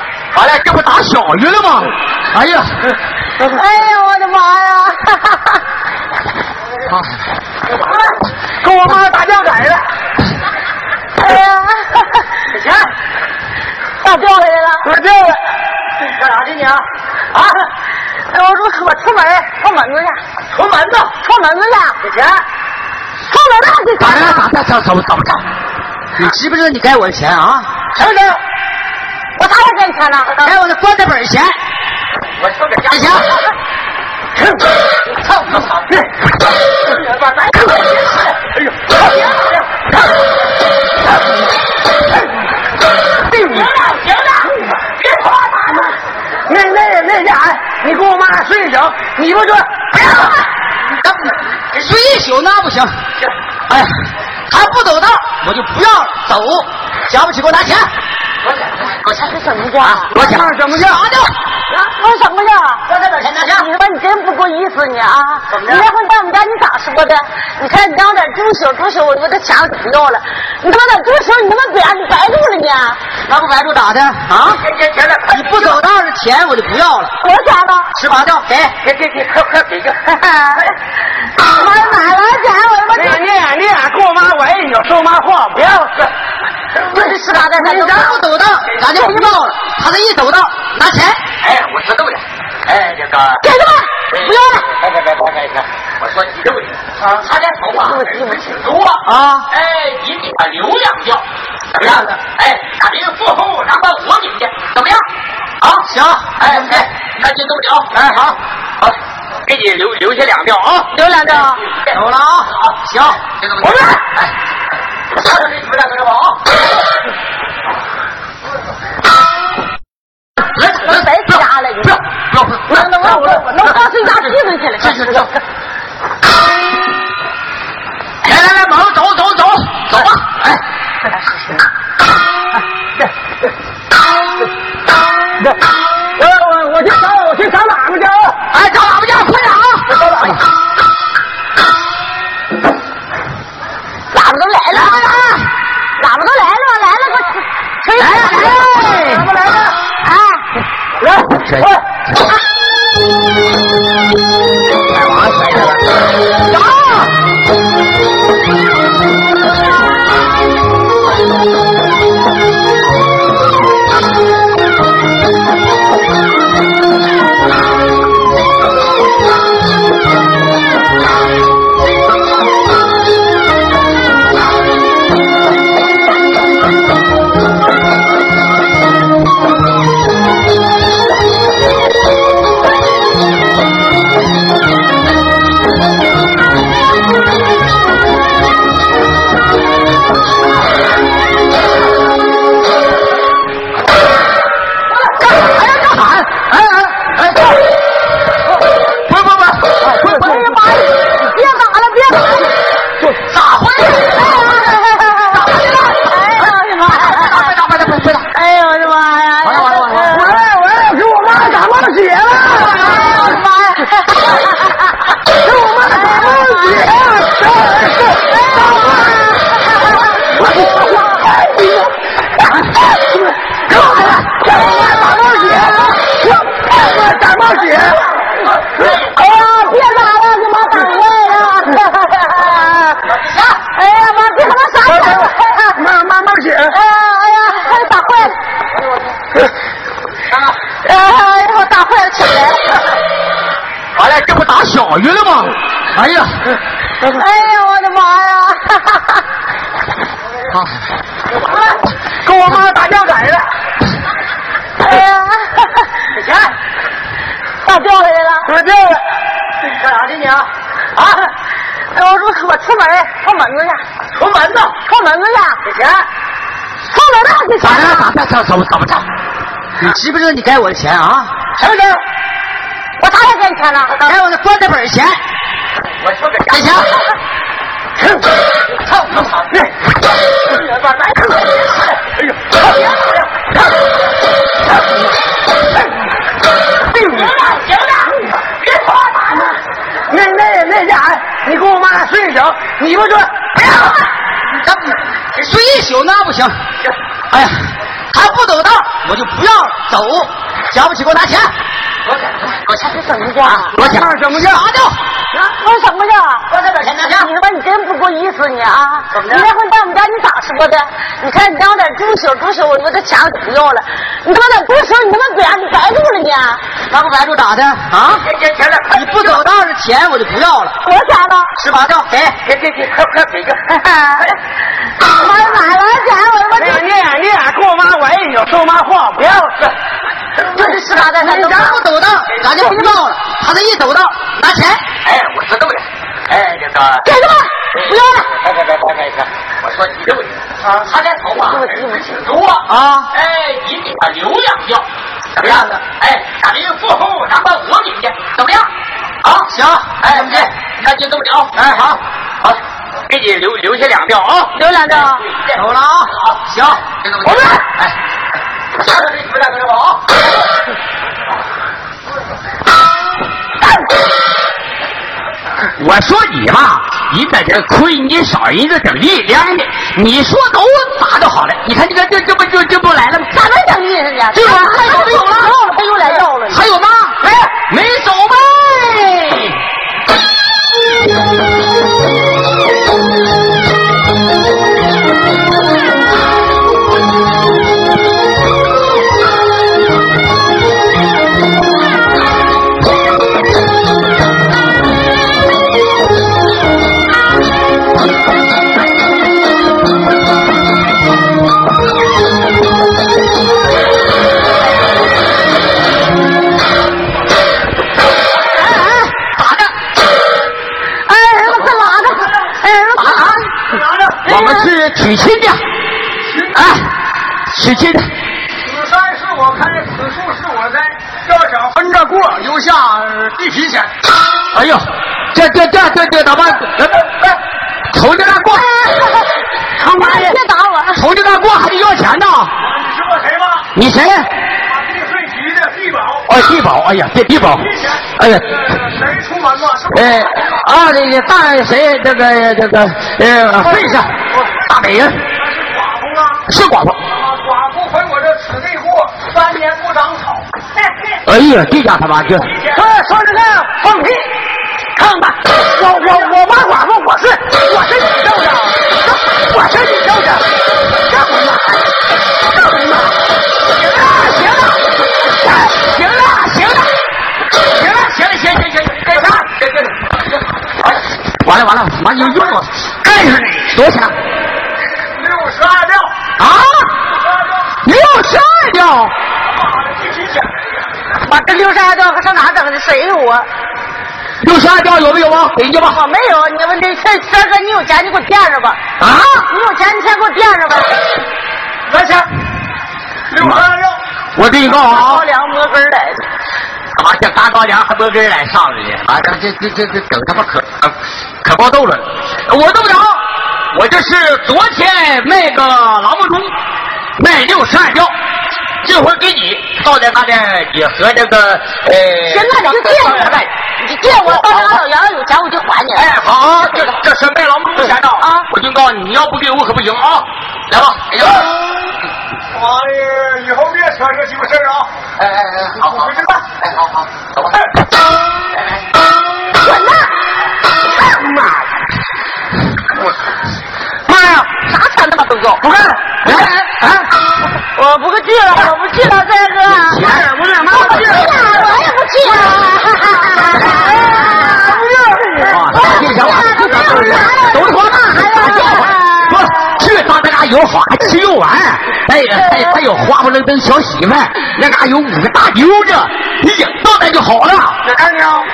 倒下了吗？哎呀，哎呀，我的妈呀！啊，跟我妈打架改了，哎呀，行，咋掉下来了？我掉了。干啥去你啊？啊，哎，我说我出门出门子去，出门子，出门子去，给钱。出门子去。咋的了？咋的？怎怎么怎么着？你知不知道你该我的钱啊？什么钱？我啥时候给你钱了？该我的棺材本钱。我上点干钱。操他妈的！哎呦，行了行了，别说他了。那那那啥，你跟我妈睡一宿，你不说，哎呀，睡一宿那不行。哎呀，还不走道，我就不要了走。瞧不起，给我拿钱。我才是怎么的？啊，我讲怎么的拿去。啊，我怎么的？棺材本钱拿你说你真不够意思你啊！你那回到我们家你咋说的？你看你让我点猪手猪手，我我这钱我不要了。你他妈点猪手，你他妈给俺白录了你！啊那不白住咋的啊？钱钱钱了，你不走道的钱我就不要了，我钱呢？吃麻掉 给。给给给，快快给个！我哪来钱？我他妈那眼那眼那眼，跟我妈玩一宿，说我妈话不要了。这是吃啥的？你咱不走道，咱就不要了。他这一走道，拿钱。哎呀，我知道了。哎，这个。给他吧，不要了。别别别别别别！我说你对了，啊，他这头发挺多啊哎，你给他留两掉，怎么样呢？哎，咱这个过后，然后我给去，怎么样？啊，行，哎哎，那就这么聊。哎，好，好，给你留留下两掉啊。有两张啊。走了啊。行，这个同志，哎，你们两个好啊。来我来白来，瞎了你不要不要不要，那那我我那我当时压屁股去了。这是这。来来来，马上走走走走吧！哎，我我我去找我去找哪个去啊？哎，找喇叭去，快点啊！找哪个？喇叭都来了，喇叭都来了，来了，快吹来了来了，来了，哎，来，喂。哎哎哎，不不不，哎呀妈呀，别打了，别打了，咋回哎呀我的妈呀，打快打快打快打！哎呀我的妈呀，完了完了完了！我给我妈打冒血了。哎呀我的妈呀，给我妈打个血，打冒血！哎呀别打了，给妈打坏了，哎呀妈别他妈傻了。冒冒冒血！哎呀哎呀，哎打坏了！哎呀，我打坏了，起不来了！完了，这不打小鱼了吗？哎呀，哎呀，我的妈呀！啊，跟我妈打架改了。哎呀，给 钱，咋掉下来了？我掉了。干啥去你啊？啊，哎我说我出门出门子去，出门子，出门子去，给钱。出门子去咋的？咋的？怎怎么怎么着？你知不知道你该我的钱啊？什么事？我啥时候给你钱了？该我的棺材本钱。我说给给钱。操他妈的！哎呦！行了行了，别说他了。那那那家伙，你跟我妈睡一宿，你不说，哎呀，那睡一宿那不行。哎呀，还不走道，我就不要了。走，瞧不起给我拿钱，我才是怎么的？啊拿钱，什么去？拿着，我啊怎么的？我这点钱拿钱。你他妈你真不够意思你啊！怎么你的那回到我们家你咋说的？你看你让我点猪手猪手，我他妈这钱我就不要了。你他妈点猪手，你他妈白你白住了你、啊拿个白猪咋的啊？这这钱了，你不走道儿的钱我就不要了，多少钱呢？十八兆给。这这这快快给个。妈呀哎买完钱我他妈那个那样那样，跟我妈玩一宿，说我妈话不要了。就是十八的，咱都咱不走道儿，咱就不要了。他这一走道儿，拿钱。哎，我说这么的，哎，这个，给他妈不要了。来来来来来来，我说你这么的，啊，他这头发挺多啊哎，你给他留两票，怎么样呢？哎，咱们过后咱把我给去，怎么样？好，行，哎，这么的，那就这么着。哎，好，好，给你留留下两票啊。刘两张，走了啊。好，行，就这么的。哎，大哥，你们两个人好。哎我说你吧，你在这亏，你少人家整力量的，你说都砸就好了。你看这个这这不就这不来了吗？咋能整意思呢？这玩意儿他又走了，要了，他又来要了。还有吗？哎，没走呗。哎，儿子，快拿着！哎，儿子，我们是娶亲的，哎，娶亲的。此山是我开，此树是我栽。要想分着过，留下地皮钱。哎呦，这这这这这怎么？瞅着那过，他妈的，哎别打我！瞅着那过还得要钱呢？啊你知道谁吗？你谁？地税局的地保。呃哦，地保，哎呀，这地保，哎呀。谁出门吧？是不呃，啊，这个大谁？这个这个呃，会上哦大美人是寡妇啊！是寡妇。啊，寡妇回我这此地过，三年不长草。哎呀，这家他妈这，哎，说这个放屁！看看，我我我妈寡妇，我是我是你舅长，我是你舅长，这我妈，这我妈，行了行了，行了行了行了行了行行行，干啥？这这完了完了，妈又又我干上你，多少钱？六十二票，啊，六十二吊。必须讲。我这六十二吊可上哪整的？谁有啊？六十二吊有没有啊？给人家吧。我没有，你们这事三哥，你有钱你给我垫着吧。啊！你有钱你先给我垫着吧。来钱，六十二票，我跟你告诉啊高，粱摸根儿来的，妈这大高粱还摸根儿来上来呢，完了哎这这这这整他妈可可可爆豆了，我都不着，我这是昨天卖个老母猪，卖六十二吊，这回给你到点那点你和这个呃，行了，你就借我呗呗。，你就借我，到时候老杨有钱我就还你。哎，，好，这这是卖老母猪钱的啊我警告你，你要不给我可不行啊！来吧，哎呀，妈哎呀，以后别扯这鸡巴事儿啊！哎哎哎，好好回去办。哎好好，走吧。滚呐！妈呀，啥钱他妈都要，不干了，不干啊！我不去了，我不去了，三哥。钱不是妈我不去了，我也不去了。去他那嘎有好，还吃肉丸，哎呀，还还有花不楞登小媳妇儿，那嘎有五个大妞子，你引到那就好了，哪干呢？到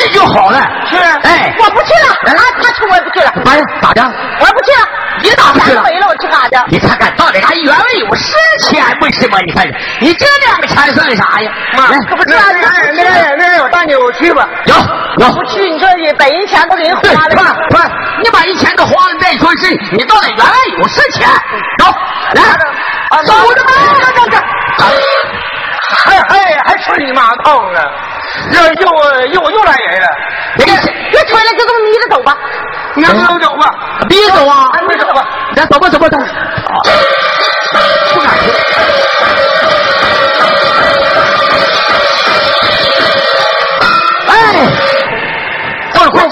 那就好了。是哎，我不去了，啊，他去我也不去了，不是咋的？我不去了，你咋不去了？没了，我去干啥去？你看看到底还原味有是钱不是吗？你看你这两个钱算啥呀？哎嗯妈，可不是啊，那个那个，我带你我去吧。有有不去，你说也把人钱都给人对，花不是了，不是，你把人钱都花了，再说是你到底原来有是钱，嗯走，来，啊走着吧，这这，哎还还还吹你妈套呢，又又又又来人了，别别吹了，就这么眯着走吧。你能不能走吧？别走啊，快走吧！来走吧走吧走，不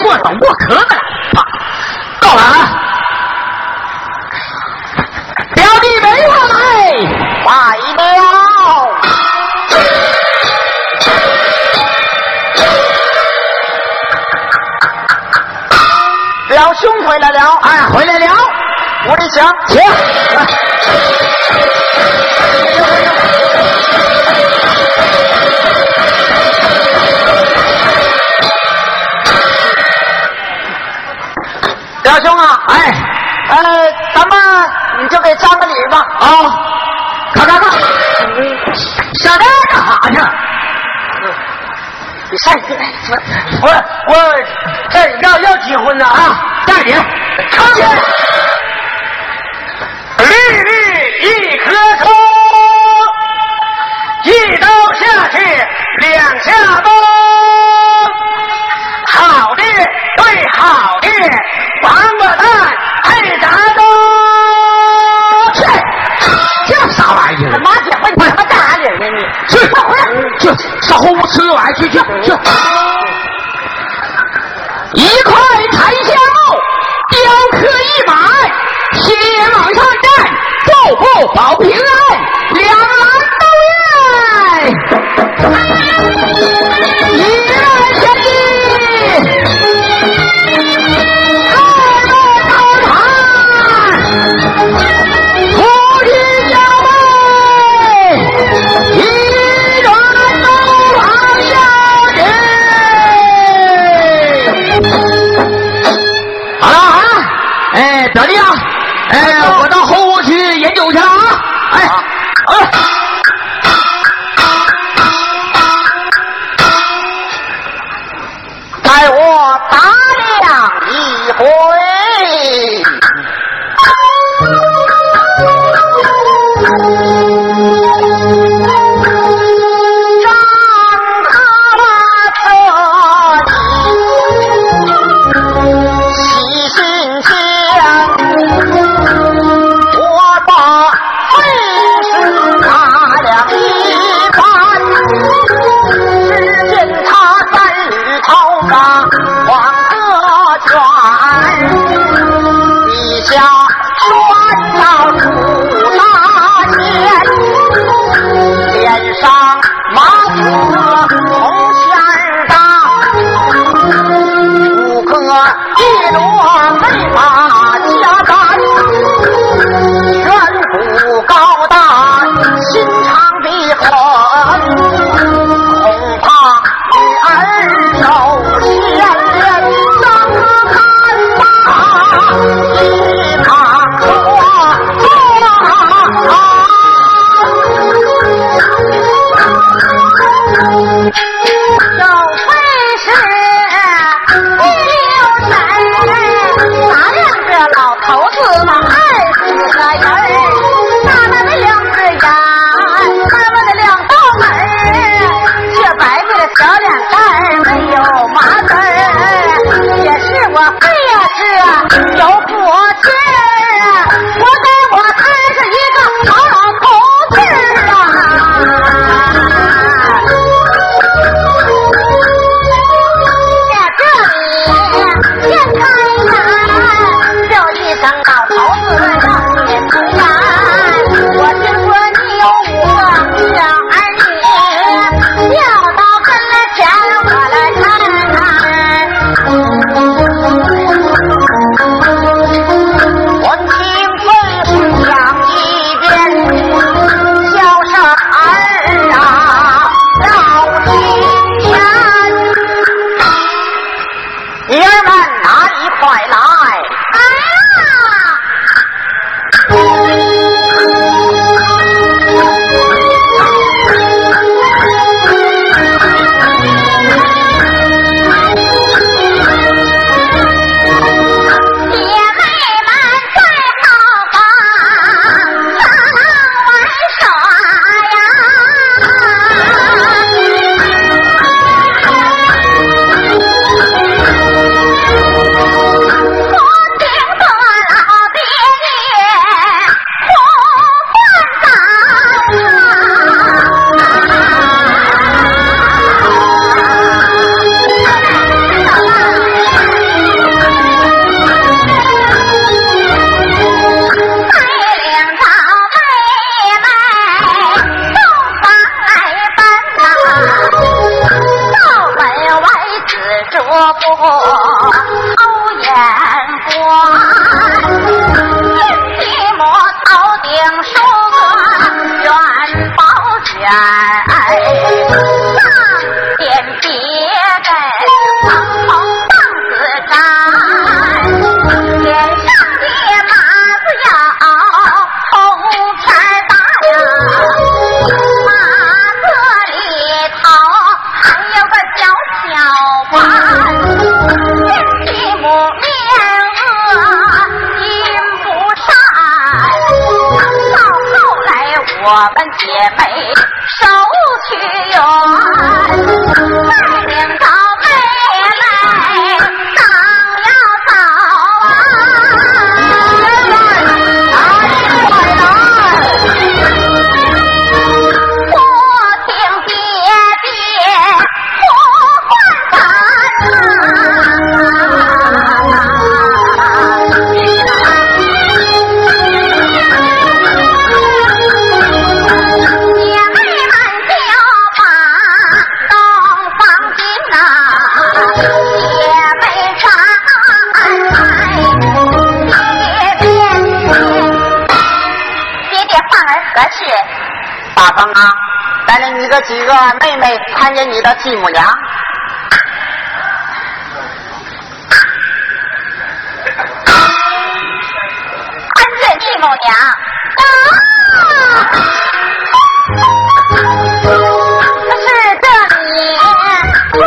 敢倒过壳子来，啪，倒完了。表弟没我来，卖了。表兄回来了，哎，回来了，我得想，请。表兄啊，哎，呃，咱们你就给张个礼吧。啊、咔咔咔，上那儿干啥去？你上你我我这要要结婚呢啊！大姐，看见粒粒一颗葱，一刀下去两下崩。好的对好的，王八蛋爱咋都。这这啥玩意儿？妈结婚你他妈干啥理儿呢你？去，快回来，去上后屋吃个碗，去去去。一块檀香木，雕刻一马，天往上站，步步保平安，两栏都愿。一二三一，二路高堂。夫妻相会，一转东堂笑语。好了好了，哎，表弟啊，哎，我到后屋去饮酒去了啊，哎，哎。待我打量一回，张大车，喜新间，我把费事打量一番，只见他三缕头发往这卷，一下穿到肚大前，脸上毛色红线大。五哥一罗没把家干，颧骨高大，心肠的很，恐怕女儿有牵连，让他看吧，一看我做有本事你留神，咱两个老头子嘛，二十个人儿。啊偷眼光，金皮磨头顶梳个元宝卷，上点别的藏红棒子粘，脸上的麻子腰，红片儿大呀，麻子里头还有个小巧环，金皮母面额金不善，到后来我们姐妹手取缘，再领着妹妹上要早啊。不听爹爹呼唤咱呐。姐妹们就把东方进呐，姐妹站在街边，爹爹放儿合适。大风啊，带领你的几个妹妹参见你的继母娘。安顺继母娘。是这里不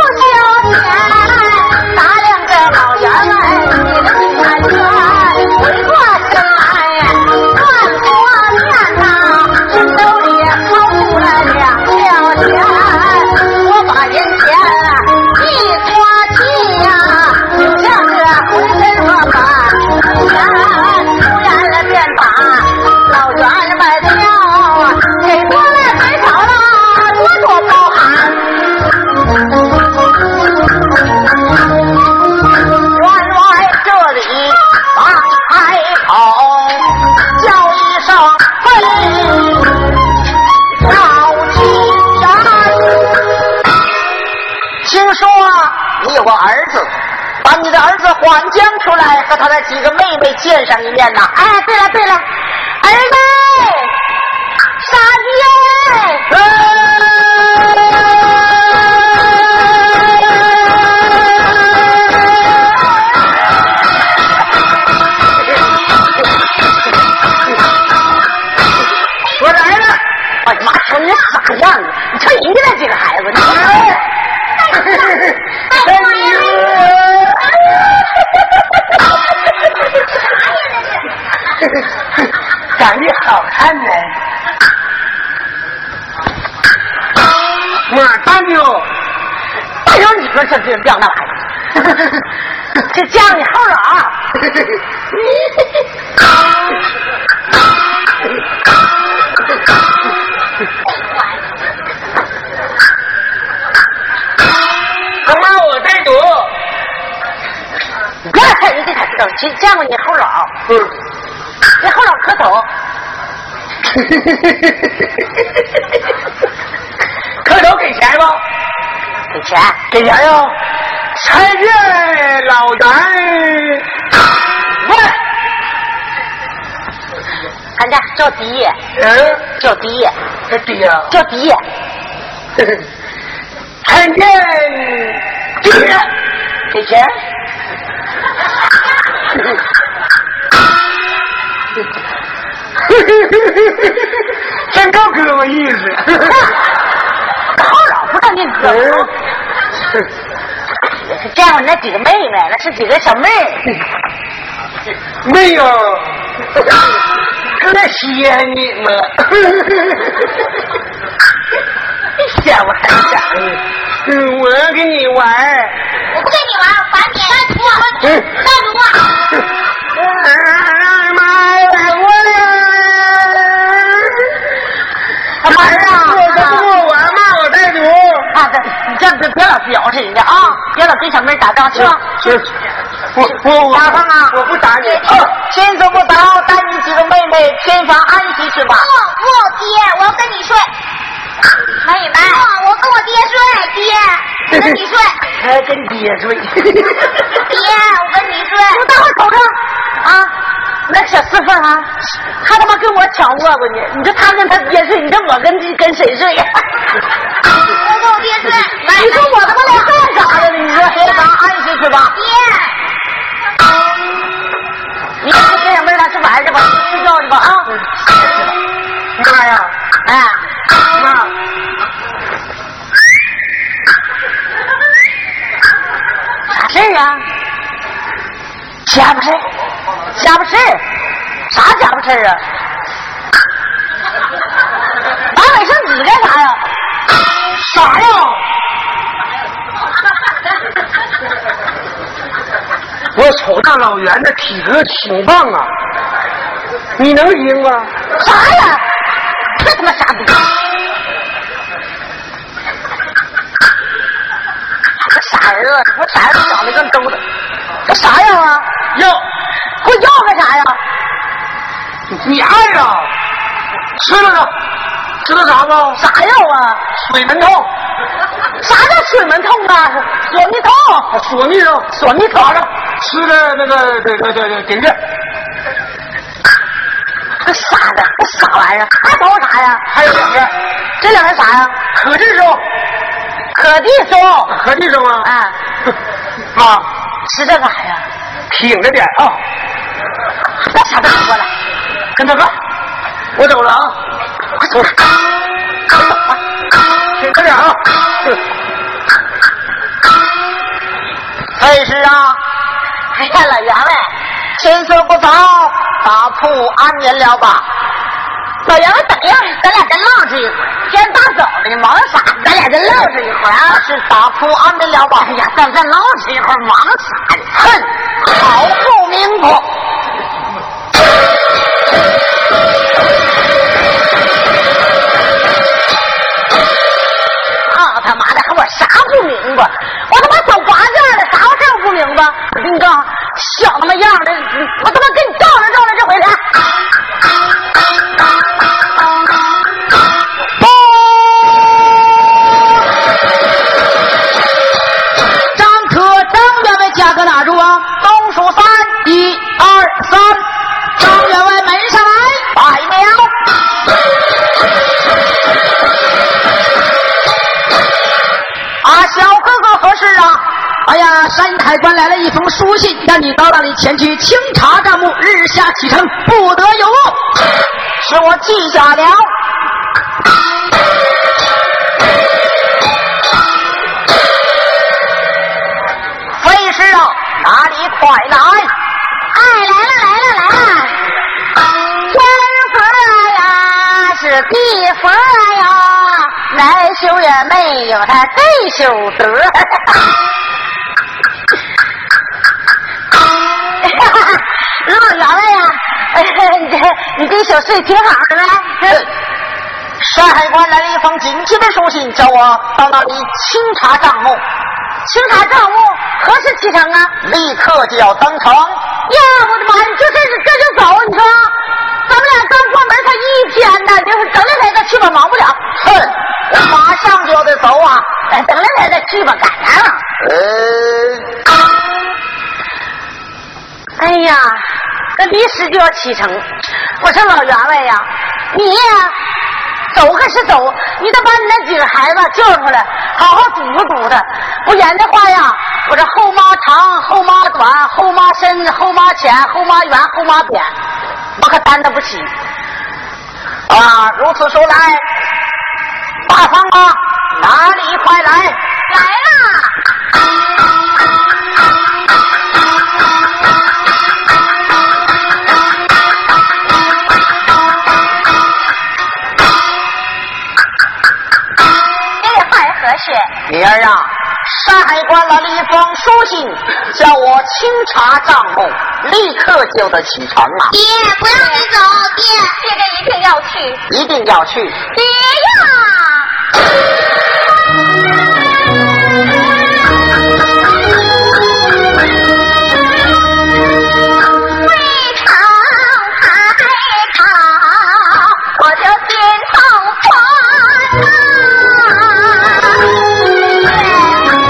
休闲，打两个老员们，你的金山川回过身来，转过面呐，身兜里掏出了两吊钱，我把银钱一搓去呀，就像是浑身我把钱突然了便把老员们叫，给多了给少了，多多啊包涵。员外这里忙开口，叫一声嘿，赵金山。听说你有个儿子，把你的儿子缓将出来，和他的几个妹妹见上一面呐。哎，对了对了，儿子，傻鸡哎，我的儿子，哎呀妈，瞅你那傻样子，你瞧你的这个孩子，你真是。 长得好看呢。我大妞，大妞，你说这这这那玩意儿， 这家里后了啊！他妈，我在读。你别看人家才知道，谁见过你后脑？嗯，你后脑可抖。 磕头给钱吗？给钱，给钱哟！参见老袁。喂，俺家叫迪爷，嗯，叫迪爷，这啊对呀、叫迪爷，哎参见爹。给 钱。真够哥们意思。后老不让你哥嗯们是 见过那几个妹妹，那是几个小妹儿， 没 有，搁那吸烟呢吗？ 吓我一跳。嗯，我要跟你玩儿。我不跟你玩，我烦你。单独嗯单独啊妈呀！我他妈呀！我玩骂我带毒。啊，对，你这别别老表示人家啊，别老跟小妹儿打仗去吧。我我我大风啊我不打你。天色不早，带你几个妹妹偏房安息去吧。不不，爹，我要跟你睡。美美。我跟我爹睡，爹。我跟你说，还跟爹睡。爹，我跟你我说，待会儿瞅瞅啊，那小四凤啊，他他妈跟我抢窝瓜呢！你说他跟他爹睡，你说我跟跟谁睡呀？我跟我爹说，你说我他妈来干啥来了？你说说吧，安息去吧。爹，你看这小妹儿俩去玩去吧，睡觉去吧啊！妈呀，哎，妈，啥事儿啊？家不事儿，家不事儿，啥家不事儿啊？拿卫生纸干啥呀？啥呀？我瞅大老袁的体格挺棒啊，你能赢吗？啥呀？这他妈啥逼！这傻人啊！我傻人长得跟兜的，这啥样啊？要给我要干啥呀？你爱啊？吃了它，知道啥不？啥药啊？水门痛，啥叫水门痛啊？锁蜜痛，锁蜜肉，锁蜜打痛，上吃的那个这个这个顶着，这傻的，这傻玩意儿，还瞅我啥呀？还有两个这两个啥呀？可劲收，可地收，可劲收啊！啊，妈，吃这干啥呀？挺着点啊，那啥不说了，跟他干。我走了啊，快走吧。挺着点啊。费事啊，哎呀，老员外，天色不早，把铺安眠了吧。老员外，等一会儿，咱俩再唠这一会儿。今天大早的，你忙啥？咱俩再唠这一会儿啊。是打铺安眠了吧哎？呀，咱再唠这一会儿，忙啥呀？哼，好不明白。啊他妈的，我啥不明白？我他妈走八件了，啥玩意儿我不明白？我跟你告诉，小他妈样的，我他妈跟你照着照着这回来。张可张员外家搁哪住啊？都数三，一二三，张员外没上来。哎百苗。啊，小哥哥合适啊！哎呀，山海关来了一封书信，让你到那里前去清查账目，日下启程，不得有误。是我记下了。飞师啊，哪里快来！哎，来了来了来了，天佛呀是地佛呀，难修也没有他这修德。 老员外呀， 你这你这小睡挺好的呗。山海关来了一封紧急的书信，叫我到那里清查账目，清查账目何时启程啊？立刻就要登城。呀，我的妈呀！就这这就走，你说咱们俩刚关门才一天呢，就是等两天再去吧，忙不了。哼，我马上就要得走啊！哎，等两天再去吧，赶啥了？呃，哎呀，这离时就要启程，我说老员外呀，你呀，走可是走，你得把你那几个孩子叫出来，好好嘱咐嘱咐他，不然的话呀，我这后妈长，后妈短，后妈深，后妈浅，后妈圆，后妈扁，我可担当不起。啊，如此说来，大方啊，哪里快来！来了。这话儿合适。女儿啊，山海关来了一封书信，叫我清查账目，立刻就得启程啊！爹，不让你走，爹，爹这一定要去，一定要去。爹呀！为朝开考，我就心痛破啊！啊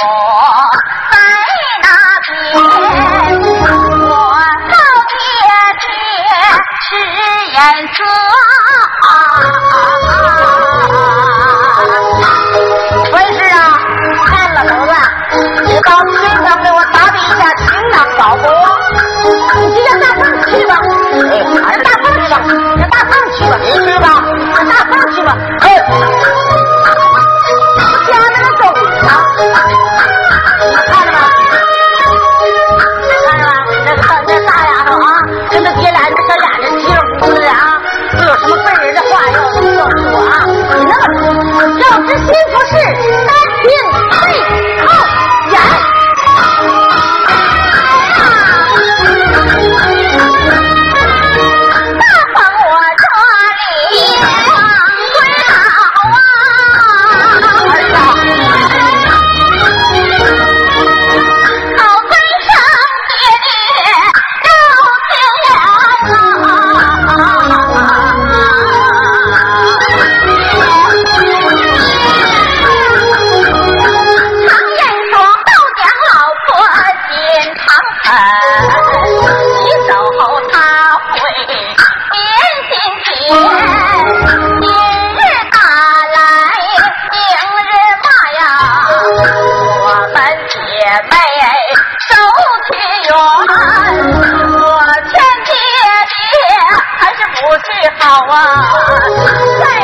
哦颜色。文氏啊，看老头子，你到青岛给我打理一下情啊郎保不？你就让大凤去吧，哎让大凤去吧，让大凤去吧，你去吧。让大凤去吧。嘿，家那个狗啊，看着吧，看着吧，那大那大丫头啊，跟那别来那小眼睛稀里糊涂的啊，这有什么笨人的话要要说啊？你那么要知心不是三心背后眼。大放我这里滚好啊！儿子，好归上爹爹肉情缘常言说豆娘老婆心肠狠，你走后她会变心情，今日打来明日骂呀，我们姐妹手屈冤，我劝爹爹还是不去好啊，再